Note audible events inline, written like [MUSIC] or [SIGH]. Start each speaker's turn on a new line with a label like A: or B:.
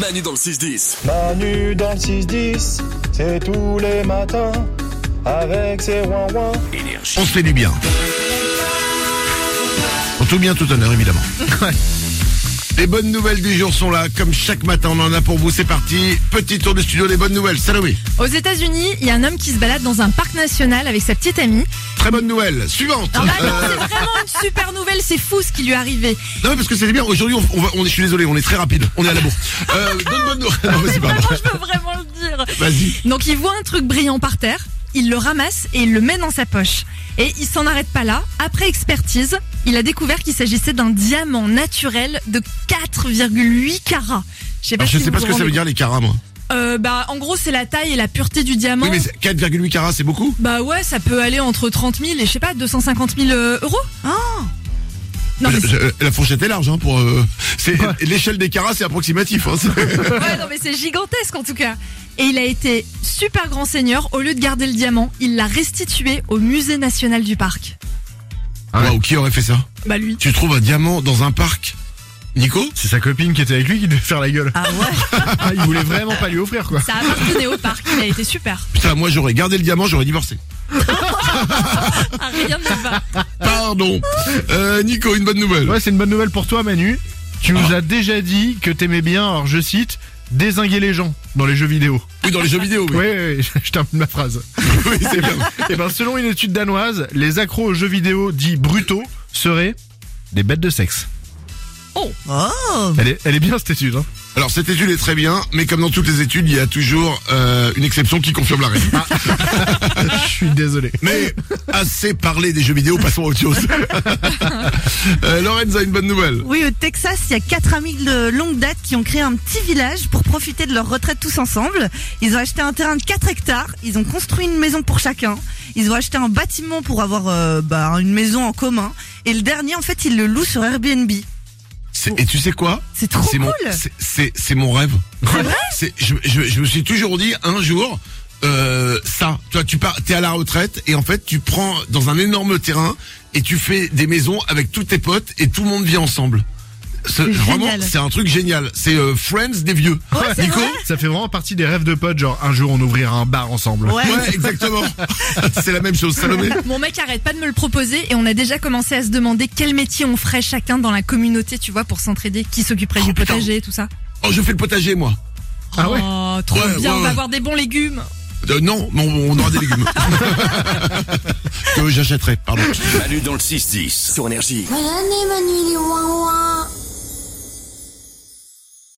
A: Manu dans le 6-10.
B: Manu dans le 6-10, c'est tous les matins, avec ses ouin-ouin.
A: Énergie.
C: On se fait du bien. Pour tout bien, tout honneur, évidemment. Ouais. Les bonnes nouvelles du jour sont là, comme chaque matin, on en a pour vous, c'est parti. Petit tour du studio des bonnes nouvelles. Salut
D: Aux États-Unis, il y a un homme qui se balade dans un parc national avec sa petite amie.
C: Très bonne nouvelle. Suivante.
D: Non, bah non,
C: Euh,
D: c'est vraiment une super nouvelle, c'est fou ce qui lui est arrivé.
C: non, mais parce que c'est bien. Aujourd'hui, on, on va- on est- je suis désolé, on est très rapide. On est à la bourre.
D: [LAUGHS]
C: Euh, d'autres bonnes nouvelles. Non, mais c'est pas
D: Vraiment,
C: vrai.
D: je peux vraiment le dire.
C: Vas-y.
D: Donc il voit un truc brillant par terre, il le ramasse et il le met dans sa poche. Et il s'en arrête pas là. Après expertise, il a découvert qu'il s'agissait d'un diamant naturel de 4,8 carats. Je sais pas,
C: Alors,
D: si
C: Ah, je sais
D: vous
C: pas ce que ça
D: vous
C: veut
D: rendez-
C: dire, les carats, moi.
D: Euh, bah, en gros, c'est la taille et la pureté du diamant.
C: Oui, mais c'est- 4,8 carats, c'est beaucoup
D: Bah ouais, ça peut aller entre 30 000 et je sais pas, 250 000 euh, euros. Non, mais
C: Ah. Je- je- La fourchette est large, hein, pour. euh, c'est L'échelle des carats, c'est approximatif. Hein, c'est-
D: Ouais, non, mais c'est gigantesque en tout cas. Et il a été super grand seigneur. Au lieu de garder le diamant, il l'a restitué au musée national du parc. Ah
C: Waouh, qui aurait fait ça
D: Bah lui.
C: Tu trouves un diamant dans un parc Nico
E: C'est sa copine qui était avec lui qui devait faire la gueule.
D: Ah ouais
E: Ah, [LAUGHS] il voulait vraiment pas lui offrir quoi.
D: Ça appartenait au parc. Il a été super.
C: Putain, moi j'aurais gardé le diamant, j'aurais divorcé.
D: Ah, rien ne va.
C: Pardon. Euh, Nico, une bonne nouvelle.
E: Ouais, c'est une bonne nouvelle pour toi Manu. Tu nous as déjà dit que t'aimais bien, alors je cite, désinguer les gens dans les jeux vidéo.
C: Oui, dans les jeux vidéo.
E: Ouais,
C: Oui,
E: ouais, ouais, [LAUGHS] je termine ma phrase.
C: [LAUGHS] oui c'est
E: [LAUGHS]
C: bien.
E: Et ben selon une étude danoise, les accros aux jeux vidéo dits brutaux seraient des bêtes de sexe.
D: Oh.
C: Ah.
E: Elle est, elle est bien cette
C: [LAUGHS]
E: étude. Hein.
C: Alors cette étude est très bien, mais comme dans toutes les études, il y a toujours euh, une exception qui confirme la règle.
E: Ah. je suis désolé.
C: Mais assez parlé des jeux vidéo, passons à autre
D: [LAUGHS]
C: chose. Euh, Lorenza, une bonne nouvelle.
F: Oui, au Texas, il y a quatre amis de longue date qui ont créé un petit village pour profiter de leur retraite tous ensemble. Ils ont acheté un terrain de 4 hectares, ils ont construit une maison pour chacun, ils ont acheté un bâtiment pour avoir euh, bah, une maison en commun, et le dernier, en fait, ils le louent sur Airbnb.
C: C'est- Et tu sais quoi
F: C'est trop
C: C'est
F: cool
C: mon, c'est- c'est c'est mon rêve. C'est- je, je- je me suis toujours dit un jour. Euh, ça, tu vois, tu pars, t'es à la retraite et en fait tu prends dans un énorme terrain et tu fais des maisons avec tous tes potes et tout le monde vit ensemble. C'est- Vraiment,
F: génial.
C: c'est un truc génial. C'est euh, Friends des vieux. Nico,
E: Ça fait vraiment partie des rêves de potes, genre un jour on ouvrira un bar ensemble.
F: Ouais. [LAUGHS]
C: ouais, exactement. c'est la même chose, Salomé.
D: Mon mec arrête pas de me le proposer et on a déjà commencé à se demander quel métier on ferait chacun dans la communauté, tu vois, pour s'entraider, qui s'occuperait
C: Oh,
D: du
C: putain.
D: potager et tout ça.
C: Oh, je fais le potager moi.
E: Ah ouais
D: Oh, trop
C: Ouais, ouais,
D: bien, on va
C: ouais.
D: avoir des bons légumes.
C: Euh, non, mais on, on aura
F: [LAUGHS]
C: des légumes. que j'achèterai, pardon.
A: Manu dans le 6-10. Sur Énergie.
G: Voilà, Manu, il est ouin ouin.